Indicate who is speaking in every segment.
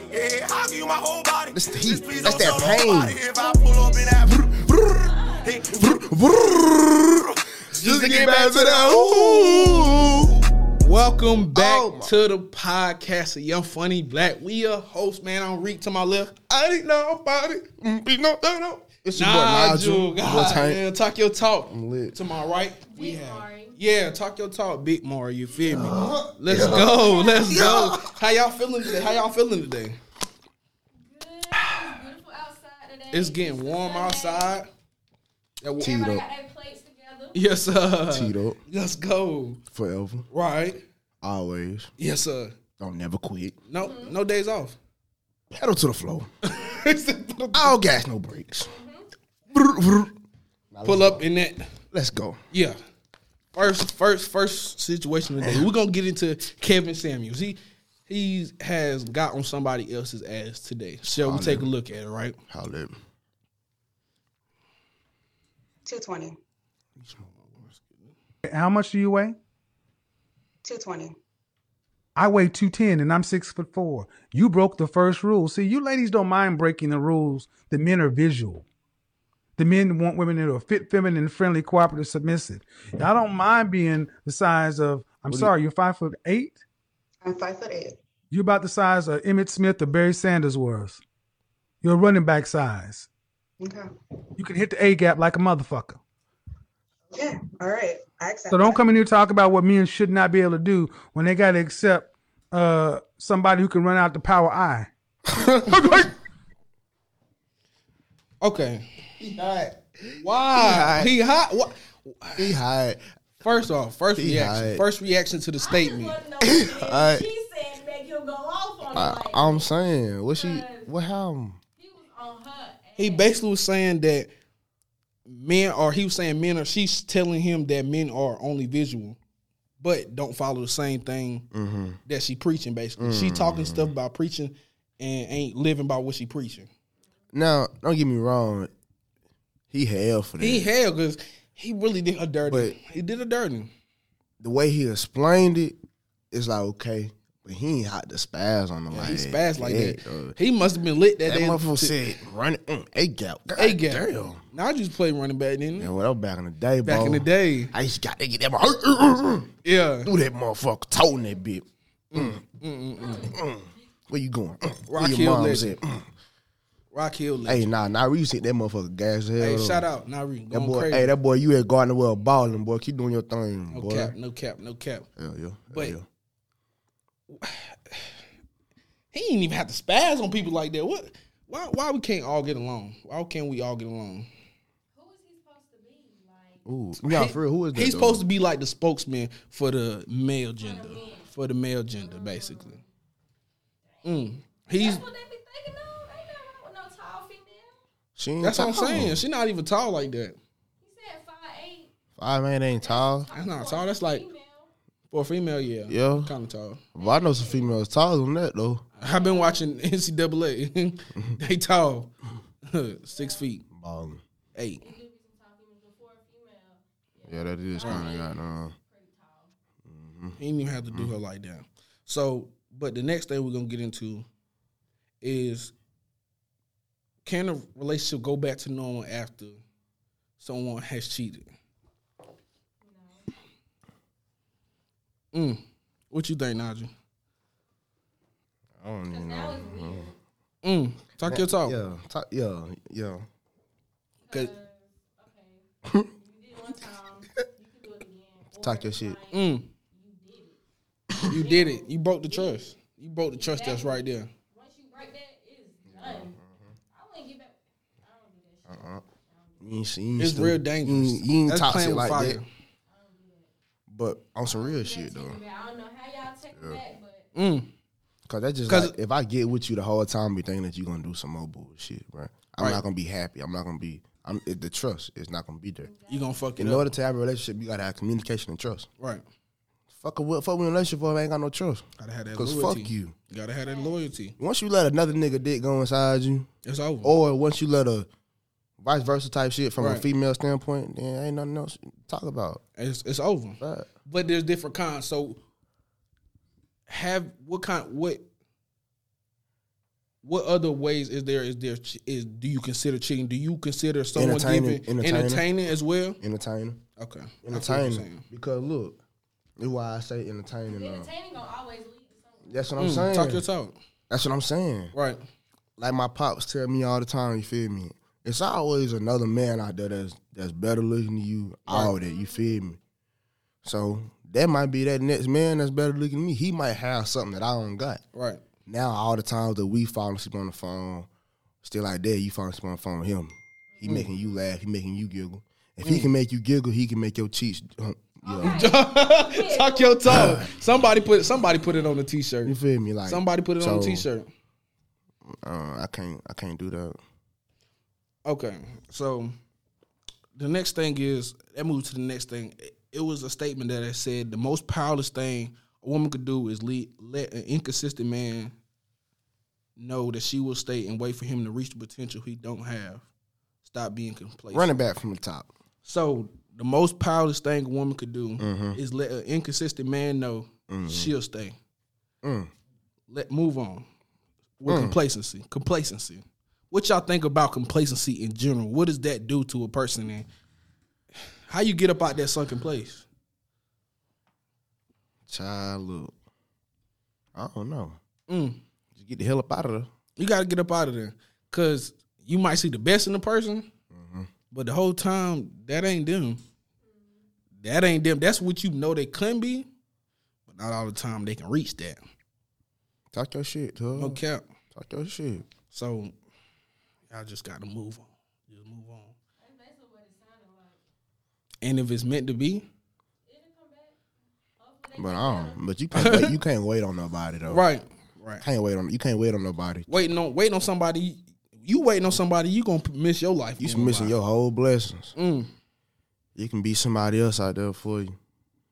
Speaker 1: through my whole body.
Speaker 2: That's the heat.
Speaker 1: Just please
Speaker 2: That's
Speaker 1: don't
Speaker 2: that
Speaker 1: tell
Speaker 2: pain.
Speaker 1: nobody If I pull up in that Hey,
Speaker 2: Just to get back to that. Ooh.
Speaker 3: Welcome back
Speaker 2: Oh, my-
Speaker 3: to the podcast of Young Funny Black. We a host, man. I'm Reek to my left. I didn't know about it. Mm, be no, no, no.
Speaker 2: It's your boy
Speaker 3: Nigel,
Speaker 2: Nigel. Your boy
Speaker 3: God,
Speaker 2: Tank.
Speaker 3: man, talk your talk.
Speaker 2: I'm lit.
Speaker 3: To my right, we
Speaker 4: Big
Speaker 3: have
Speaker 4: Mari.
Speaker 3: yeah, talk your talk, Big Mari. You feel me?
Speaker 2: Uh-huh.
Speaker 3: Let's go, let's go. How y'all feeling today? How y'all feeling today?
Speaker 4: Good. It's beautiful outside today.
Speaker 3: It's getting warm outside. That wa-
Speaker 2: Tea.
Speaker 4: Everybody
Speaker 2: Heat
Speaker 4: got their plates together.
Speaker 3: Yes, sir.
Speaker 2: Tito.
Speaker 3: Let's go.
Speaker 2: Forever.
Speaker 3: Right.
Speaker 2: Always.
Speaker 3: Yes, sir.
Speaker 2: Don't never quit.
Speaker 3: No,
Speaker 4: Mm-hmm.
Speaker 3: no days off.
Speaker 2: Pedal to the floor.
Speaker 3: Pull
Speaker 2: All gas, no brakes. Brr, brr.
Speaker 3: up in that.
Speaker 2: Let's go.
Speaker 3: Yeah. First, first, first situation today. We're gonna get into Kevin Samuels. He he has got on somebody else's ass today. Shall
Speaker 2: Oh,
Speaker 3: we take a look at it? Right.
Speaker 2: Holla at me.
Speaker 5: 220.
Speaker 6: How much do you weigh?
Speaker 5: 220.
Speaker 6: I weigh 210 and I'm six foot four. You broke the first rule. See, you ladies don't mind breaking the rules. The men are visual. The men want women that are fit, feminine, friendly, cooperative, submissive. I don't mind being the size of, I'm sorry, you're five foot eight?
Speaker 5: I'm five foot eight.
Speaker 6: You're about the size of Emmett Smith or Barry Sanders was. You're a running back size.
Speaker 5: Okay.
Speaker 6: You can hit the A gap like a motherfucker.
Speaker 5: Okay. All right. I accept.
Speaker 6: So don't
Speaker 5: that.
Speaker 6: come in here and talk about what men should not be able to do when they got to accept uh, somebody who can run out the power eye.
Speaker 3: Okay.
Speaker 2: He hot.
Speaker 3: Why he hot? Wha-
Speaker 2: He hot.
Speaker 3: First off, first
Speaker 2: He
Speaker 3: reaction.
Speaker 2: hot.
Speaker 3: First reaction to the statement.
Speaker 4: I just wanna know what it is.
Speaker 2: Alright.
Speaker 4: She said make him go off on
Speaker 2: I,
Speaker 4: her.
Speaker 2: I'm saying, what she, what happened?
Speaker 4: he was on her.
Speaker 3: He basically was saying that men are. He was saying men are. She's telling him that men are only visual, but don't follow the same thing
Speaker 2: Mm-hmm.
Speaker 3: that she preaching. Basically, she talking stuff about preaching and ain't living by what she preaching.
Speaker 2: Now, don't get me wrong. He hell for that.
Speaker 3: He hell because he really did a dirty.
Speaker 2: But-
Speaker 3: he did a dirty.
Speaker 2: the way he explained it, it's like okay, but he ain't hot to spaz on them like
Speaker 3: He
Speaker 2: that.
Speaker 3: spazzed like
Speaker 2: Yeah, uh,
Speaker 3: that.
Speaker 2: dog.
Speaker 3: He must have been lit that,
Speaker 2: That
Speaker 3: day.
Speaker 2: motherfucker said running mm, a gap,
Speaker 3: A gap.
Speaker 2: Damn,
Speaker 3: Now I just play running back then.
Speaker 2: man, well, that was back in the day,
Speaker 3: Back
Speaker 2: bro.
Speaker 3: in the day,
Speaker 2: I used to got to get that motherfucker mm,
Speaker 3: yeah,
Speaker 2: through that motherfucker, toting that bit. Mm, mm. Where you going? Mm, Where
Speaker 3: Rock
Speaker 2: your
Speaker 3: Hill
Speaker 2: mom's at?
Speaker 3: legend.
Speaker 2: Mm.
Speaker 3: Rock Hill. Hey,
Speaker 2: Hey, nah, nah, we used to hit that motherfucker gas to hell.
Speaker 3: hey
Speaker 2: though.
Speaker 3: shout out Nari.
Speaker 2: That
Speaker 3: Going
Speaker 2: boy,
Speaker 3: crazy.
Speaker 2: hey, that boy, you at Garden Well balling, boy. Keep doing your thing,
Speaker 3: no
Speaker 2: boy.
Speaker 3: cap, no cap, no cap.
Speaker 2: Yeah, yeah,
Speaker 3: But-
Speaker 2: yeah.
Speaker 3: He didn't even have to spaz on people like that. What? Why? Why we can't all get along? Why can't we all get along?
Speaker 4: Who is he supposed to be? Like
Speaker 2: Ooh, nah, for real, who is that?
Speaker 3: He's
Speaker 2: though?
Speaker 3: supposed to be like the spokesman for the male gender, for the male gender, basically. Mm. He's
Speaker 4: that's what they be thinking of. Ain't nothing wrong with no tall female.
Speaker 2: She ain't
Speaker 3: that's what I'm
Speaker 2: tall.
Speaker 3: saying. She's not even tall like that.
Speaker 4: He said five eight.
Speaker 2: Five man ain't tall.
Speaker 3: That's not tall. That's like
Speaker 4: Female.
Speaker 3: for a female, yeah,
Speaker 2: Yeah.
Speaker 3: kind of tall.
Speaker 2: But I know some females taller than that though.
Speaker 3: I've been watching NCAA. they tall, six feet
Speaker 2: Ballin'.
Speaker 3: eight.
Speaker 2: Yeah, that is kind of got uh,
Speaker 3: He didn't even have to
Speaker 2: Mm.
Speaker 3: do her like that. So, but the next thing we're gonna get into is can a relationship go back to normal after someone has cheated? Mm. What you think, Nigel?
Speaker 2: I don't even know.
Speaker 4: That was weird.
Speaker 3: Mm. Talk your talk.
Speaker 2: Yeah, ta- yeah, yeah.
Speaker 3: 'Cause-
Speaker 4: Okay. you did it one time. You can do it again.
Speaker 2: Talk your shit.
Speaker 3: Mm. You did it. You broke the trust. You broke the trust that's right there.
Speaker 4: Once you break that, it's done.
Speaker 2: Mm-hmm.
Speaker 4: I wouldn't get back. I don't do that shit.
Speaker 2: You ain't, you ain't
Speaker 3: It's
Speaker 2: still-
Speaker 3: real dangerous.
Speaker 2: You ain't, you ain't
Speaker 3: That's
Speaker 2: talk
Speaker 3: playing
Speaker 2: shit like
Speaker 3: with fire.
Speaker 2: that. But on some real Oh, shit though,
Speaker 4: Take it back. I don't know how y'all take it back, but
Speaker 3: Mm.
Speaker 2: cause that just
Speaker 3: 'Cause-
Speaker 2: like if I get with you the whole time, be thinking that you gonna do some more bullshit, right? I'm
Speaker 3: Right.
Speaker 2: not gonna be happy. I'm not gonna be. I'm it, the trust is not gonna be there.
Speaker 3: You gonna fuck it
Speaker 2: In
Speaker 3: up.
Speaker 2: order to have a relationship, you gotta have communication and trust.
Speaker 3: Right.
Speaker 2: Fuck a fuck with a relationship, if I ain't got no trust.
Speaker 3: Gotta have that
Speaker 2: Cause
Speaker 3: loyalty.
Speaker 2: fuck you.
Speaker 3: Gotta have that loyalty.
Speaker 2: Once you let another nigga dick go inside you,
Speaker 3: It's over.
Speaker 2: or once you let a vice versa type shit from a
Speaker 3: Right.
Speaker 2: female standpoint, then ain't nothing else to talk about.
Speaker 3: It's it's over.
Speaker 2: But
Speaker 3: But there's different kinds. So have what kind what what other ways is there? Is there ch- is do you consider cheating? Do you consider someone
Speaker 2: Entertaining-
Speaker 3: giving
Speaker 2: entertaining.
Speaker 3: entertaining as well?
Speaker 2: Entertainer.
Speaker 3: Okay, I see what you're
Speaker 2: Entertaining.
Speaker 3: saying.
Speaker 2: Because look, that's why I say entertaining. now.
Speaker 4: Entertaining gonna always lead to something.
Speaker 2: That's what I'm
Speaker 3: Mm, Talk your
Speaker 2: saying.
Speaker 3: talk,
Speaker 2: That's what I'm saying.
Speaker 3: right?
Speaker 2: Like my pops tell me all the time. You feel me? It's always another man out there that's that's better looking than you. All that. You feel me? So that might be that next man that's better looking than me. He might have something that I don't got.
Speaker 3: Right.
Speaker 2: Now all the times that we fall asleep on the phone, still like that, you fall asleep on the phone with him.
Speaker 3: Mm.
Speaker 2: He making you laugh. He making you giggle. If he can make you giggle, he can make your cheeks. uh, hump, You, know,
Speaker 3: Talk your talk. Somebody put somebody put it on a t-shirt.
Speaker 2: you feel me? Like
Speaker 3: Somebody put it on a
Speaker 2: so,
Speaker 3: t-shirt.
Speaker 2: Uh, I can't. I can't do that.
Speaker 3: Okay, so the next thing is that moves to the next thing. It was a statement that I said the most powerless thing a woman could do is lead, let an inconsistent man know that she will stay and wait for him to reach the potential he don't have. Stop being complacent.
Speaker 2: Running back from the top.
Speaker 3: So the most powerless thing a woman could do is let an inconsistent man know she'll stay.
Speaker 2: Mm.
Speaker 3: Let move on with complacency. Complacency. What y'all think about complacency in general? What does that do to a person? And how you get up out that sunken place?
Speaker 2: Child, look. I don't know.
Speaker 3: Mm.
Speaker 2: Just get the hell up out of there.
Speaker 3: You got to get up out of there because you might see the best in the person, but the whole time that ain't them. That ain't them. That's what you know they can be, but not all the time they can reach that.
Speaker 2: Talk your shit, huh?
Speaker 3: No cap.
Speaker 2: Talk your shit.
Speaker 3: So y'all just got to move on. Just move on.
Speaker 4: That's basically what it sounded like.
Speaker 3: And if it's meant to be,
Speaker 4: It'll come back. Hopefully they
Speaker 2: But
Speaker 4: come
Speaker 2: I
Speaker 4: back.
Speaker 2: don't. But you can't. wait, you can't wait on nobody though.
Speaker 3: right, right.
Speaker 2: Can't wait on. You can't wait on nobody.
Speaker 3: Waiting on waiting on somebody. You waiting on somebody. You gonna miss your life.
Speaker 2: You
Speaker 3: going
Speaker 2: missing
Speaker 3: by.
Speaker 2: your whole blessings.
Speaker 3: Mm,
Speaker 2: You can be somebody else out there for you.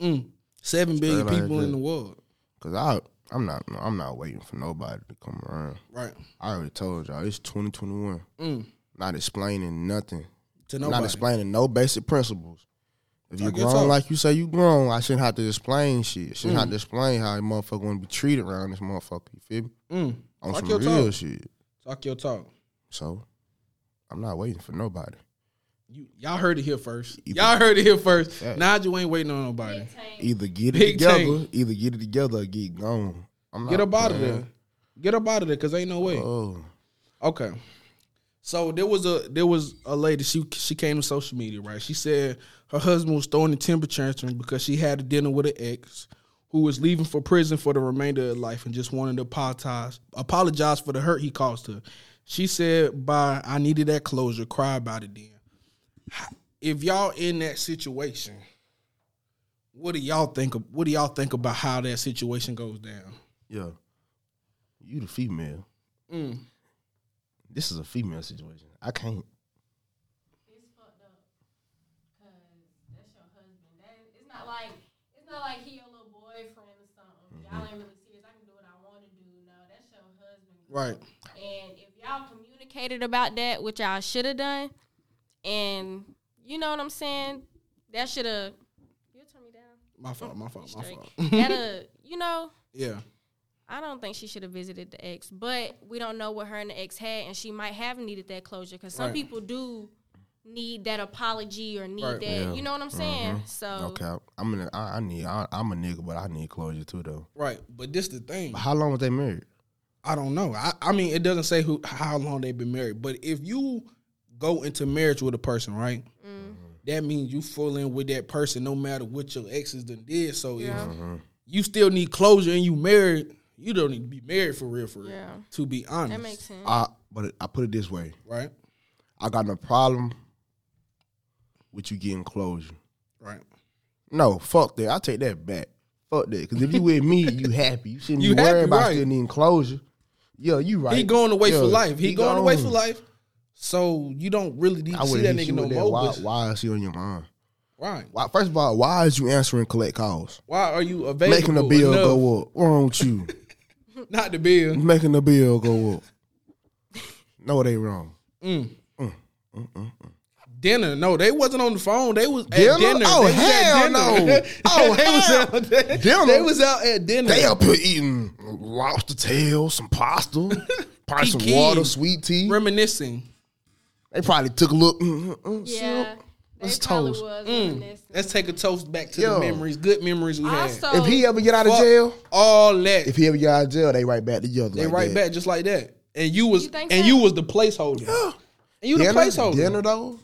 Speaker 3: mm. Seven billion
Speaker 2: like
Speaker 3: people
Speaker 2: that.
Speaker 3: in the world.
Speaker 2: Cause I, I'm not, I'm not waiting for nobody to come around.
Speaker 3: Right.
Speaker 2: I already told y'all it's 2021.
Speaker 3: Mm.
Speaker 2: Not explaining nothing.
Speaker 3: To nobody.
Speaker 2: Not explaining no basic principles. If you
Speaker 3: Like your
Speaker 2: grown
Speaker 3: talk.
Speaker 2: like you say you grown, I shouldn't have to explain shit. Shouldn't have to explain how a motherfucker want to be treated around this motherfucker. You feel me?
Speaker 3: Mm.
Speaker 2: On
Speaker 3: Talk
Speaker 2: some
Speaker 3: your
Speaker 2: real
Speaker 3: talk.
Speaker 2: shit.
Speaker 3: Talk your talk.
Speaker 2: So, I'm not waiting for nobody.
Speaker 3: You y'all heard it here first.
Speaker 2: You-
Speaker 3: Y'all heard it here first.
Speaker 2: Yeah.
Speaker 3: Nigel ain't waiting on nobody.
Speaker 4: Tank.
Speaker 2: Either get it
Speaker 3: Big
Speaker 2: together,
Speaker 3: change.
Speaker 2: either get it together or get gone. I'm
Speaker 3: Get
Speaker 2: not
Speaker 3: up out of
Speaker 2: playing.
Speaker 3: there. Get up out of there, cause ain't no way.
Speaker 2: Oh,
Speaker 3: Okay. So there was a there was a lady she she came to social media right. She said her husband was throwing a temper tantrum because she had a dinner with an ex who was leaving for prison for the remainder of life and just wanted to apologize apologize for the hurt he caused her. She said, "By I needed that closure. Cry about it then." If y'all in that situation, what do y'all think? Of, what do y'all think about how that situation goes down?
Speaker 2: yeah. You the female.
Speaker 3: Mm.
Speaker 2: This is a female situation. I can't.
Speaker 4: It's fucked up. Cause that's your husband. That it's not like it's not like he your little boyfriend or something.
Speaker 3: Mm-hmm.
Speaker 4: Y'all ain't really serious. I can do what I want to do. No, that's your husband.
Speaker 3: Right.
Speaker 4: And if y'all communicated about that, which y'all should have done, and you know what I'm saying, that should have. You'll turn me down.
Speaker 3: My fault. My fault. My fault.
Speaker 4: That'd, you know,
Speaker 3: yeah.
Speaker 4: I don't think she should have visited the ex, but we don't know what her and the ex had, and she might have needed that closure because some
Speaker 3: Right.
Speaker 4: people do need that apology or need
Speaker 3: Right. Mm-hmm.
Speaker 4: that.
Speaker 2: Yeah.
Speaker 4: You know what I'm saying? So
Speaker 3: Oh.
Speaker 2: Okay, I'm in. I, I need. I, I'm a nigga, but I need closure too, though.
Speaker 3: Right. But this the thing.
Speaker 2: But how long was they married?
Speaker 3: I don't know. I, I mean, it doesn't say who how long they've been married, but if you go into marriage with a person, right?
Speaker 4: Mm-hmm.
Speaker 3: That means you full in with that person, no matter what your exes done did. So
Speaker 4: Yeah.
Speaker 3: if
Speaker 2: Mm-hmm.
Speaker 3: you still need closure and you married, you don't need to be married for real, for real.
Speaker 4: Yeah.
Speaker 3: To be honest,
Speaker 4: that makes sense.
Speaker 2: I. But I put it this way:
Speaker 3: right?
Speaker 2: I got no problem with you getting closure.
Speaker 3: Right.
Speaker 2: No, fuck that. I take that back. Fuck that. Because if you with me, you happy. You shouldn't
Speaker 3: You
Speaker 2: be worried
Speaker 3: happy,
Speaker 2: about
Speaker 3: right.
Speaker 2: still needing closure. Yeah, you right.
Speaker 3: He going away
Speaker 2: Yeah,
Speaker 3: for life. He, going away for
Speaker 2: gone.
Speaker 3: life. So you don't really need
Speaker 2: I
Speaker 3: to see
Speaker 2: would
Speaker 3: that nigga no more.
Speaker 2: Why,
Speaker 3: but-
Speaker 2: why is he on your mind?
Speaker 3: Right.
Speaker 2: Why, first of all, why is you answering collect calls?
Speaker 3: Why are you available?
Speaker 2: Making the bill
Speaker 3: enough-
Speaker 2: go up. Wrong with you?
Speaker 3: Not the bill.
Speaker 2: Making the bill go up. No, they wrong.
Speaker 3: dinner. No, they wasn't on the phone. They was
Speaker 2: Dinner?
Speaker 3: at dinner.
Speaker 2: Oh,
Speaker 3: they was at
Speaker 2: hell no. Oh,
Speaker 3: they was
Speaker 2: hell.
Speaker 3: out they,
Speaker 2: Dinner?
Speaker 3: They was out at dinner.
Speaker 2: They up here eating lobster tail, some pasta, Probably some
Speaker 3: Pecan.
Speaker 2: water, sweet tea.
Speaker 3: Reminiscing.
Speaker 2: They probably took a look. Mm, mm, mm,
Speaker 4: Yeah.
Speaker 2: sip.
Speaker 4: They
Speaker 2: Let's
Speaker 4: probably
Speaker 2: toast.
Speaker 4: was reminiscing.
Speaker 3: Let's take a toast back to
Speaker 2: Yo.
Speaker 3: the memories, good memories we had.
Speaker 4: Also,
Speaker 2: If he ever get out of
Speaker 3: Fuck
Speaker 2: jail,
Speaker 3: all that.
Speaker 2: if he ever get out of jail, they right back together.
Speaker 3: they
Speaker 2: like
Speaker 3: right
Speaker 2: that.
Speaker 3: back just like that. And you was
Speaker 4: You think
Speaker 3: and
Speaker 4: so?
Speaker 3: you was the placeholder. And you
Speaker 2: Dinner,
Speaker 3: the placeholder.
Speaker 2: dinner though,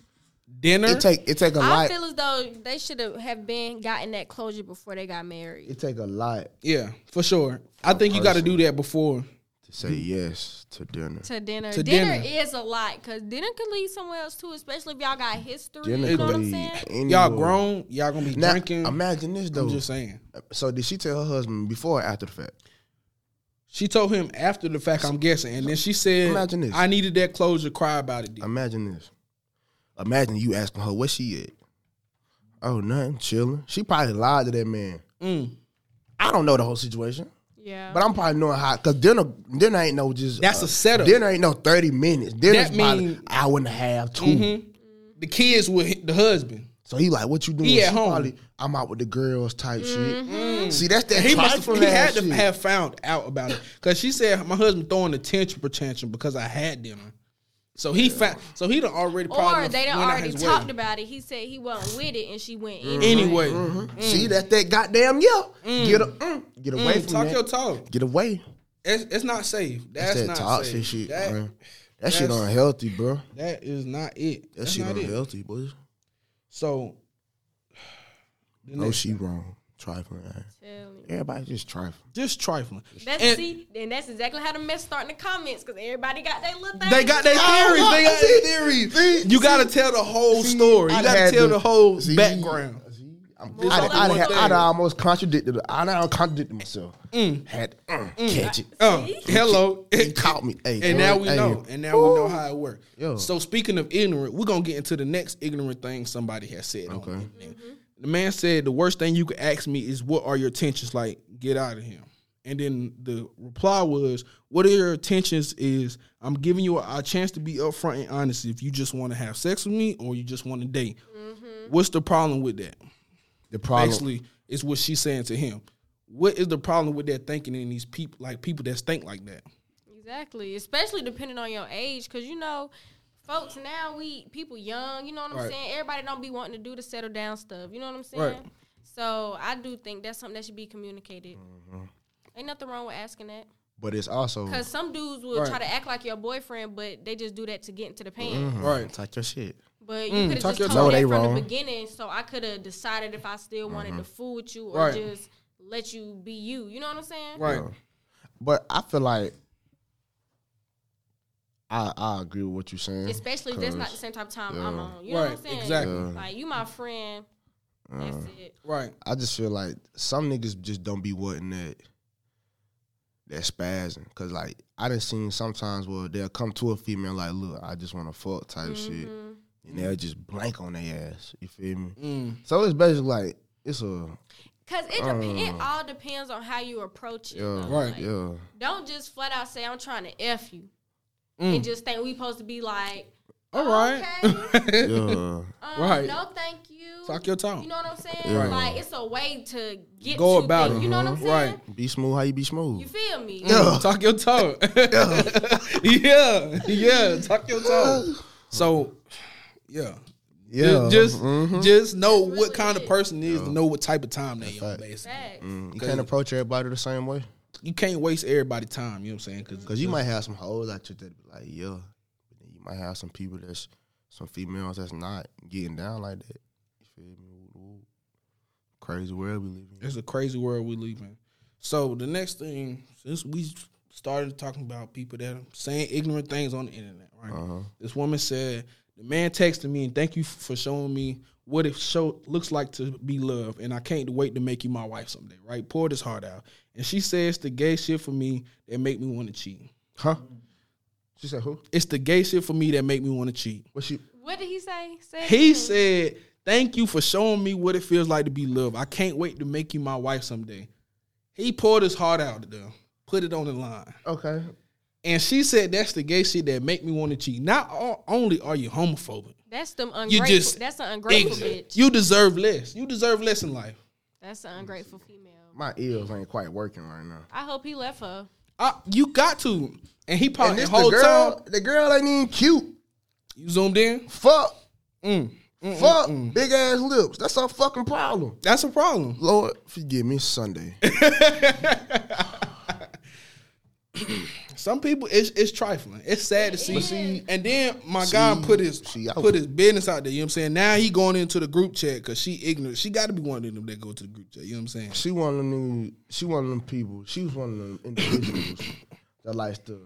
Speaker 3: Dinner?
Speaker 2: it take it take a
Speaker 4: I
Speaker 2: lot.
Speaker 4: feel as though they should have have been gotten that closure before they got married.
Speaker 2: it take a lot
Speaker 3: yeah, for sure. I think you got to do that before.
Speaker 2: to say yes to dinner.
Speaker 4: To dinner.
Speaker 3: To
Speaker 4: dinner,
Speaker 3: dinner.
Speaker 4: is a lot because dinner could lead somewhere else too, especially if y'all got history.
Speaker 2: Dinner
Speaker 4: you know what
Speaker 2: could
Speaker 4: I'm
Speaker 2: lead
Speaker 4: saying?
Speaker 2: anywhere.
Speaker 3: Y'all grown, y'all going to be
Speaker 2: Now,
Speaker 3: drinking. I'm,
Speaker 2: imagine this though.
Speaker 3: just saying.
Speaker 2: So did she tell her husband before or after the fact?
Speaker 3: She told him after the fact, I'm guessing. And then she said,
Speaker 2: Imagine this.
Speaker 3: I needed that closure. Cry about it. D.
Speaker 2: Imagine this. Imagine you asking her where she at. Oh, nothing, chilling. She probably lied to that man.
Speaker 3: Mm.
Speaker 2: I don't know the whole situation,
Speaker 4: Yeah.
Speaker 2: but I'm probably knowing how. Cause dinner, dinner ain't no just. uh,
Speaker 3: That's a setup.
Speaker 2: Dinner ain't no thirty minutes. Dinner's
Speaker 3: That
Speaker 2: probably
Speaker 3: mean- Mm-hmm.
Speaker 2: hour and a half, 2
Speaker 3: The kids with hi- the husband.
Speaker 2: So he like, what you doing?
Speaker 3: He at
Speaker 2: She
Speaker 3: home. Mm-hmm.
Speaker 2: I'm out with the girls type shit. See, that's that
Speaker 3: He must
Speaker 2: trifling
Speaker 3: have, he had
Speaker 2: ass
Speaker 3: to
Speaker 2: shit.
Speaker 3: have found out about it because she said my husband throwing a tantrum tantrum because I had dinner. So he found. So he done already probably
Speaker 4: or they done
Speaker 3: went out
Speaker 4: already
Speaker 3: his
Speaker 4: talked
Speaker 3: way.
Speaker 4: about it. He said he wasn't with it, and she went anyway.
Speaker 3: anyway. Mm-hmm.
Speaker 2: See, that's that goddamn yeah. Get a, mm, get away
Speaker 3: Mm,
Speaker 2: from
Speaker 3: talk
Speaker 2: that.
Speaker 3: your talk.
Speaker 2: get away.
Speaker 3: It's, it's not safe. That's,
Speaker 2: That's that
Speaker 3: not
Speaker 2: toxic
Speaker 3: safe.
Speaker 2: shit,
Speaker 3: That,
Speaker 2: man. That shit
Speaker 3: that's-
Speaker 2: unhealthy, bro. That
Speaker 3: that is not it. That's
Speaker 2: shit
Speaker 3: not it.
Speaker 2: unhealthy, boy.
Speaker 3: So the
Speaker 2: No,
Speaker 3: next-
Speaker 2: Oh, she wrong. Trifling. eh? ass.
Speaker 4: Tell me.
Speaker 2: Everybody just trifling.
Speaker 3: just trifling.
Speaker 4: That's
Speaker 3: And
Speaker 4: see, then that's exactly how the mess starting the comments because everybody got their little thing.
Speaker 3: They got their theories. They got their theories. You got to tell the whole story. You
Speaker 2: I'd
Speaker 3: got to
Speaker 2: had
Speaker 3: tell
Speaker 2: to-
Speaker 3: the whole
Speaker 2: see,
Speaker 3: background.
Speaker 2: See, I'm,
Speaker 4: This
Speaker 2: I'd,
Speaker 4: only
Speaker 2: I'd,
Speaker 4: one
Speaker 2: had,
Speaker 4: thing.
Speaker 2: I'd almost contradicted. I now contradicted myself. Had mm, catch it.
Speaker 3: Uh, hello.
Speaker 2: He caught me. Hey,
Speaker 3: And now
Speaker 2: hey,
Speaker 3: we
Speaker 2: hey.
Speaker 3: know. And now we know how it works.
Speaker 2: Yo.
Speaker 3: So speaking of ignorant, we're gonna get into the next ignorant thing somebody has said. on
Speaker 2: Okay.
Speaker 3: the internet. The man said the worst thing you could ask me is what are your intentions? Like, get out of here. And then the reply was, What are your intentions? Is I'm giving you a, a chance to be upfront and honest if you just want to have sex with me or you just want to date. What's the problem with that?
Speaker 2: The problem.
Speaker 3: Basically, it's what she's saying to him. What is the problem with that thinking in these people like people that think like that?
Speaker 4: Exactly, especially depending on your age, because you know, folks now we people young. You know what I'm
Speaker 3: Right.
Speaker 4: saying? Everybody don't be wanting to do the settle down stuff. You know what I'm saying?
Speaker 3: Right.
Speaker 4: So I do think that's something that should be communicated.
Speaker 3: Mm-hmm.
Speaker 4: Ain't nothing wrong with asking that,
Speaker 2: but it's also
Speaker 4: because some dudes will
Speaker 3: Mm. Right.
Speaker 4: try to act like your boyfriend, but they just do that to get into the pan.
Speaker 2: mm.
Speaker 3: Right.
Speaker 2: type your shit.
Speaker 4: But you could have
Speaker 3: Mm-hmm. Mm. talk
Speaker 4: just
Speaker 3: your
Speaker 4: told
Speaker 2: talk. No,
Speaker 4: me
Speaker 2: they
Speaker 4: that from
Speaker 2: wrong.
Speaker 4: the beginning, so I could have decided if I still wanted to fool with you or
Speaker 3: Mm-hmm. Right.
Speaker 4: just let you be you. You know what I'm saying?
Speaker 3: Right.
Speaker 2: But I feel like I I agree with what you're saying.
Speaker 4: Especially if that's not the
Speaker 2: 'cause
Speaker 4: same type of time I'm on. You know what
Speaker 3: Right,
Speaker 4: I'm saying?
Speaker 3: exactly. Yeah.
Speaker 4: Like you my friend. That's it.
Speaker 3: Right.
Speaker 2: I just feel like some niggas just don't be wanting that that spazzing. Cause like I done seen sometimes where they'll come to a female like, look, I just wanna fuck type
Speaker 4: Mm-hmm.
Speaker 2: shit. And they'll just blank on their ass. You feel me?
Speaker 3: Mm.
Speaker 2: So it's basically like it's a
Speaker 4: Cause it dep- it all depends on how you approach it.
Speaker 2: yeah,
Speaker 4: though.
Speaker 3: Right.
Speaker 4: Like,
Speaker 2: yeah.
Speaker 4: Don't just flat out say I'm trying to f you,
Speaker 3: Mm.
Speaker 4: and just think we supposed to be like,
Speaker 3: All right.
Speaker 4: Okay.
Speaker 2: Yeah.
Speaker 4: um,
Speaker 3: Right.
Speaker 4: no, thank you.
Speaker 3: Talk your talk.
Speaker 4: You know what I'm saying?
Speaker 2: Yeah.
Speaker 4: Like it's a way to get
Speaker 3: Go
Speaker 4: to
Speaker 3: about
Speaker 4: things,
Speaker 3: it.
Speaker 4: You know what I'm
Speaker 3: Mhm.
Speaker 4: saying?
Speaker 3: Right.
Speaker 2: be smooth how you be smooth.
Speaker 4: You feel me?
Speaker 2: Yeah.
Speaker 3: Talk your talk. yeah. Yeah. Talk your talk. So, yeah.
Speaker 2: yeah.
Speaker 3: Just
Speaker 2: mhm.
Speaker 3: just know
Speaker 4: That's
Speaker 3: what
Speaker 4: really
Speaker 3: kind of
Speaker 4: it.
Speaker 3: person it is to know what type of time they on,
Speaker 2: fact.
Speaker 3: basically.
Speaker 4: Facts.
Speaker 2: Mm, you can't approach everybody the same way.
Speaker 3: You can't waste everybody's time, you know what I'm saying?
Speaker 2: Cause you might have some hoes out there that be like, yeah, but then you might have some people that's some females that's not getting down like that. You feel me? Woo, woo. Crazy world we live in.
Speaker 3: It's a crazy world we live in. So the next thing, since we started talking about people that are saying ignorant things on the internet, right?
Speaker 2: Uh-huh.
Speaker 3: This woman said, "The man texted me and thank you for showing me what it show looks like to be loved, and I can't wait to make you my wife someday." Right? Poured his heart out, and she says the gay shit for me that make me want to cheat.
Speaker 2: Huh? She said who?
Speaker 3: It's the gay shit for me that make me want to cheat.
Speaker 2: What she?
Speaker 4: What did he say? Say it
Speaker 3: He
Speaker 4: again.
Speaker 3: said, "Thank you for showing me what it feels like to be loved. I can't wait to make you my wife someday." He poured his heart out there, put it on the line,
Speaker 2: Okay.
Speaker 3: and she said, "That's the gay shit that make me want to cheat." Not all, only are you homophobic,
Speaker 4: That's them ungrateful.
Speaker 3: just
Speaker 4: that's an ungrateful
Speaker 3: ignorant.
Speaker 4: bitch.
Speaker 3: you deserve less. You deserve less in life.
Speaker 4: that's an ungrateful female.
Speaker 2: My ears ain't quite working right now.
Speaker 4: I hope he left her.
Speaker 3: I, you got to. And he
Speaker 2: And
Speaker 3: probably
Speaker 2: this
Speaker 3: the Oh, whole
Speaker 2: the girl,
Speaker 3: time
Speaker 2: the girl ain't even cute.
Speaker 3: you zoomed in.
Speaker 2: Fuck,
Speaker 3: Mm. Mm,
Speaker 2: fuck,
Speaker 3: mm, mm.
Speaker 2: big ass lips. That's our fucking problem.
Speaker 3: That's a problem.
Speaker 2: Lord, forgive me, Sunday.
Speaker 3: Some people it's it's trifling. It's sad to see.
Speaker 2: see-
Speaker 3: and then my guy put his
Speaker 2: see, I
Speaker 3: put
Speaker 2: was-
Speaker 3: his business out there. You know what I'm saying? Now he going into the group chat because she ignorant. She got to be one of them that go to the group chat. You know what I'm saying?
Speaker 2: she one of them. niggas- She one of them people. She was one of them individuals that likes to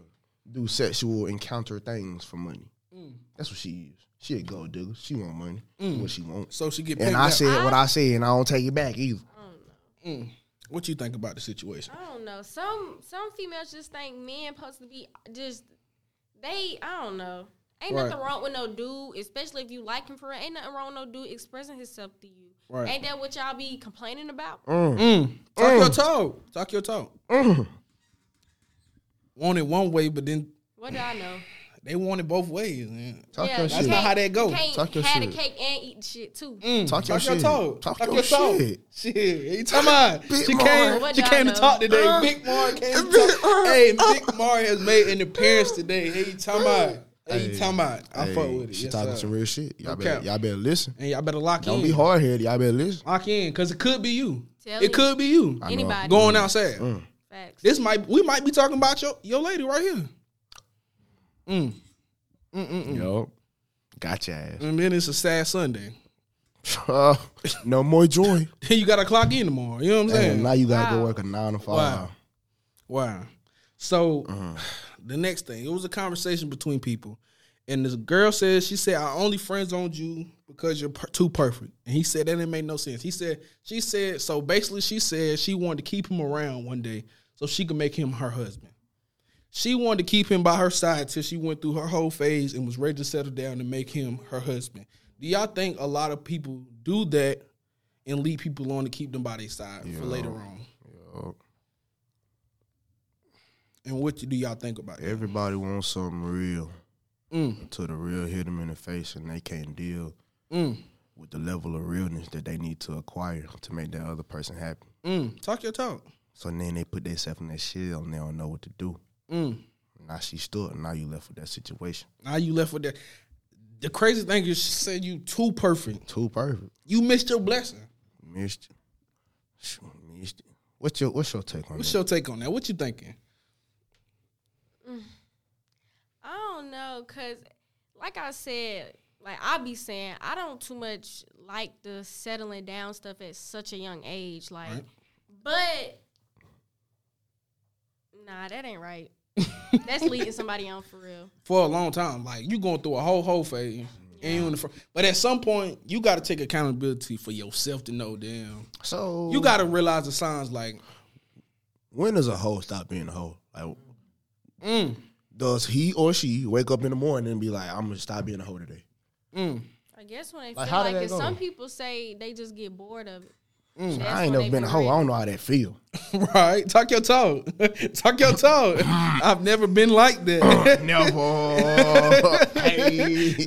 Speaker 2: do sexual encounter things for money.
Speaker 3: Mm.
Speaker 2: That's what she is. She a gold digger. She want money. What she wants.
Speaker 3: So she get pimped
Speaker 2: And I
Speaker 3: out.
Speaker 2: said what I said, and I don't take it back either.
Speaker 3: What you think about the situation?
Speaker 4: I don't know. Some some females just think men supposed to be just they. I don't know. Ain't
Speaker 3: Right.
Speaker 4: nothing wrong with no dude, especially if you like him for real. Ain't nothing wrong with no dude expressing himself to you.
Speaker 3: Right.
Speaker 4: Ain't that what y'all be complaining about?
Speaker 3: Mm. Talk your talk. Talk your talk.
Speaker 2: Mm.
Speaker 3: Want it one way, but then
Speaker 4: What do I know?
Speaker 3: they want it both ways. Man.
Speaker 2: Talk
Speaker 4: Yeah,
Speaker 2: your
Speaker 4: you
Speaker 2: shit.
Speaker 3: not how that go.
Speaker 4: You can't
Speaker 2: Talk your
Speaker 4: have
Speaker 2: shit.
Speaker 4: the cake and eat the shit too.
Speaker 3: Mm.
Speaker 2: Talk your shit.
Speaker 3: talk.
Speaker 2: Talk
Speaker 3: talk
Speaker 2: your
Speaker 3: your talk.
Speaker 2: shit.
Speaker 3: Shit. You talking about?
Speaker 2: Big
Speaker 3: She
Speaker 2: Mar.
Speaker 3: came,
Speaker 4: What
Speaker 3: she
Speaker 4: y'all
Speaker 3: came to
Speaker 4: know?
Speaker 3: talk today.
Speaker 2: Uh,
Speaker 3: Big Mar came to
Speaker 2: Big
Speaker 3: talk.
Speaker 2: Mar.
Speaker 3: Hey, Big Mar has made an appearance today. Hey, you talking about? Hey, you
Speaker 2: Hey.
Speaker 3: talking about? I
Speaker 2: Hey,
Speaker 3: fuck with it.
Speaker 2: She
Speaker 3: Yes,
Speaker 2: talking
Speaker 3: sir.
Speaker 2: some real shit. Y'all
Speaker 3: Okay. Mm.
Speaker 2: better, y'all better listen.
Speaker 3: And y'all better lock
Speaker 2: Don't
Speaker 3: in.
Speaker 2: be hard headed. Y'all better listen.
Speaker 3: Lock in, because it could be you.
Speaker 4: Tell
Speaker 3: it
Speaker 4: me.
Speaker 3: could be you.
Speaker 2: I know.
Speaker 4: Anybody.
Speaker 3: Going outside.
Speaker 2: Mm.
Speaker 4: Facts.
Speaker 3: This might we might be talking about your your lady right here. Mm. Mm-mm-mm.
Speaker 2: Yo, got your ass.
Speaker 3: And then it's a sad Sunday.
Speaker 2: Uh,
Speaker 3: Mm.
Speaker 2: no more joy.
Speaker 3: Then you got to clock in tomorrow. You know what I'm
Speaker 2: Hey,
Speaker 3: saying?
Speaker 2: now you gotta go
Speaker 4: Wow.
Speaker 2: work a nine to five.
Speaker 3: Wow. wow. So the next thing, it was a conversation between people, and this girl says she said I only friends on you because you're per- too perfect, and he said that didn't make no sense. He said she said so basically she said she wanted to keep him around one day so she could make him her husband. She wanted to keep him by her side till she went through her whole phase and was ready to settle down and make him her husband. Do y'all think a lot of people do that and lead people on to keep them by their side for later on?
Speaker 2: Yo,
Speaker 3: And what do y'all think about it?
Speaker 2: everybody wants something real
Speaker 3: Mm,
Speaker 2: until the real hit them in the face and they can't deal
Speaker 3: mm,
Speaker 2: with the level of realness that they need to acquire to make that other person happy.
Speaker 3: mm. Talk your talk.
Speaker 2: So then they put themselves in that shell and they don't know what to do.
Speaker 3: Mm.
Speaker 2: Now she stood. Now you left with that situation.
Speaker 3: Now you left with that. The crazy thing is, she said you too perfect.
Speaker 2: Too perfect.
Speaker 3: You missed your blessing.
Speaker 2: Missed. it. Shoot, Missed. it. What's your What's your take on
Speaker 3: What's
Speaker 2: that?
Speaker 3: your take on that? What you thinking?
Speaker 4: I don't know, cause like I said, like I be saying, I don't too much like the settling down stuff at such a young age. Like,
Speaker 3: Right.
Speaker 4: but nah, that ain't right. That's leading somebody on for real.
Speaker 3: For a long time, like you going through a whole whole phase, and you in the front. But at some point, you got to take accountability for yourself to know. Damn,
Speaker 2: So
Speaker 3: you got to realize the signs. Like,
Speaker 2: When does a hoe stop being a hoe? Like,
Speaker 3: mm,
Speaker 2: does he or she wake up in the morning and be like, "I'm gonna stop being a hoe today"?
Speaker 3: mm,
Speaker 4: I guess when they
Speaker 2: Like,
Speaker 4: feel
Speaker 2: how did
Speaker 4: like
Speaker 2: that
Speaker 4: it,
Speaker 2: go? Mm,
Speaker 4: some people say they just get bored of it. That's
Speaker 2: I
Speaker 4: when
Speaker 2: ain't never
Speaker 4: they
Speaker 2: been a hoe. I don't know how that feel.
Speaker 3: right? Talk your talk. Talk your talk. I've never been like that.
Speaker 2: Never.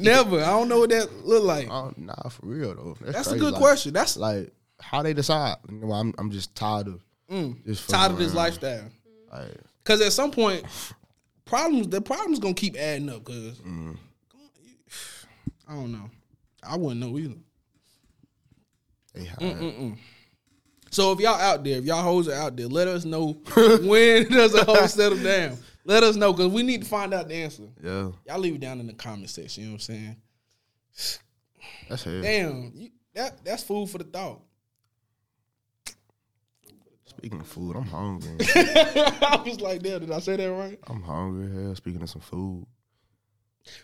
Speaker 3: never. I don't know what that look like.
Speaker 2: Oh, nah, for real though.
Speaker 3: That's a
Speaker 2: crazy.
Speaker 3: good
Speaker 2: Like-
Speaker 3: question. That's
Speaker 2: Like, how they decide? You know, I'm I'm just tired of just
Speaker 3: Mm. tired of
Speaker 2: fucking
Speaker 3: this
Speaker 2: around.
Speaker 3: lifestyle.
Speaker 2: Like,
Speaker 3: Because at some point, problems the problems gonna keep adding up. Because
Speaker 2: Mm.
Speaker 3: I don't know, I wouldn't know either.
Speaker 2: they hide.
Speaker 3: So if y'all out there, if y'all hoes are out there, let us know when does a hoe settle down. Let us know because we need to find out the answer.
Speaker 2: Yeah,
Speaker 3: Y'all leave it down in the comment section. You know what I'm saying?
Speaker 2: that's hell.
Speaker 3: Damn, you, that that's food for the thought.
Speaker 2: Speaking of food, I'm hungry.
Speaker 3: I was like, damn, did I say that right?
Speaker 2: I'm hungry. Hell, speaking of some food,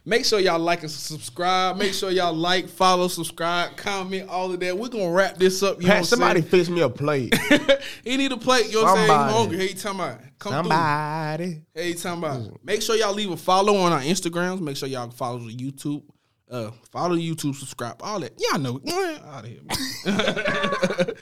Speaker 3: Make sure y'all like and subscribe. Make sure y'all like, follow, subscribe, comment, all of that. We're gonna wrap this up. You know what I'm saying?
Speaker 2: fix me a plate.
Speaker 3: he need a plate. You know what I'm saying?
Speaker 2: Somebody.
Speaker 3: You hungry. Hey, time out. Come
Speaker 2: Somebody.
Speaker 3: through. Hey, time out. Make sure y'all leave a follow on our Instagrams. Make sure y'all follow the YouTube. Uh, follow the YouTube, subscribe, all that. Y'all know. Out of here. man.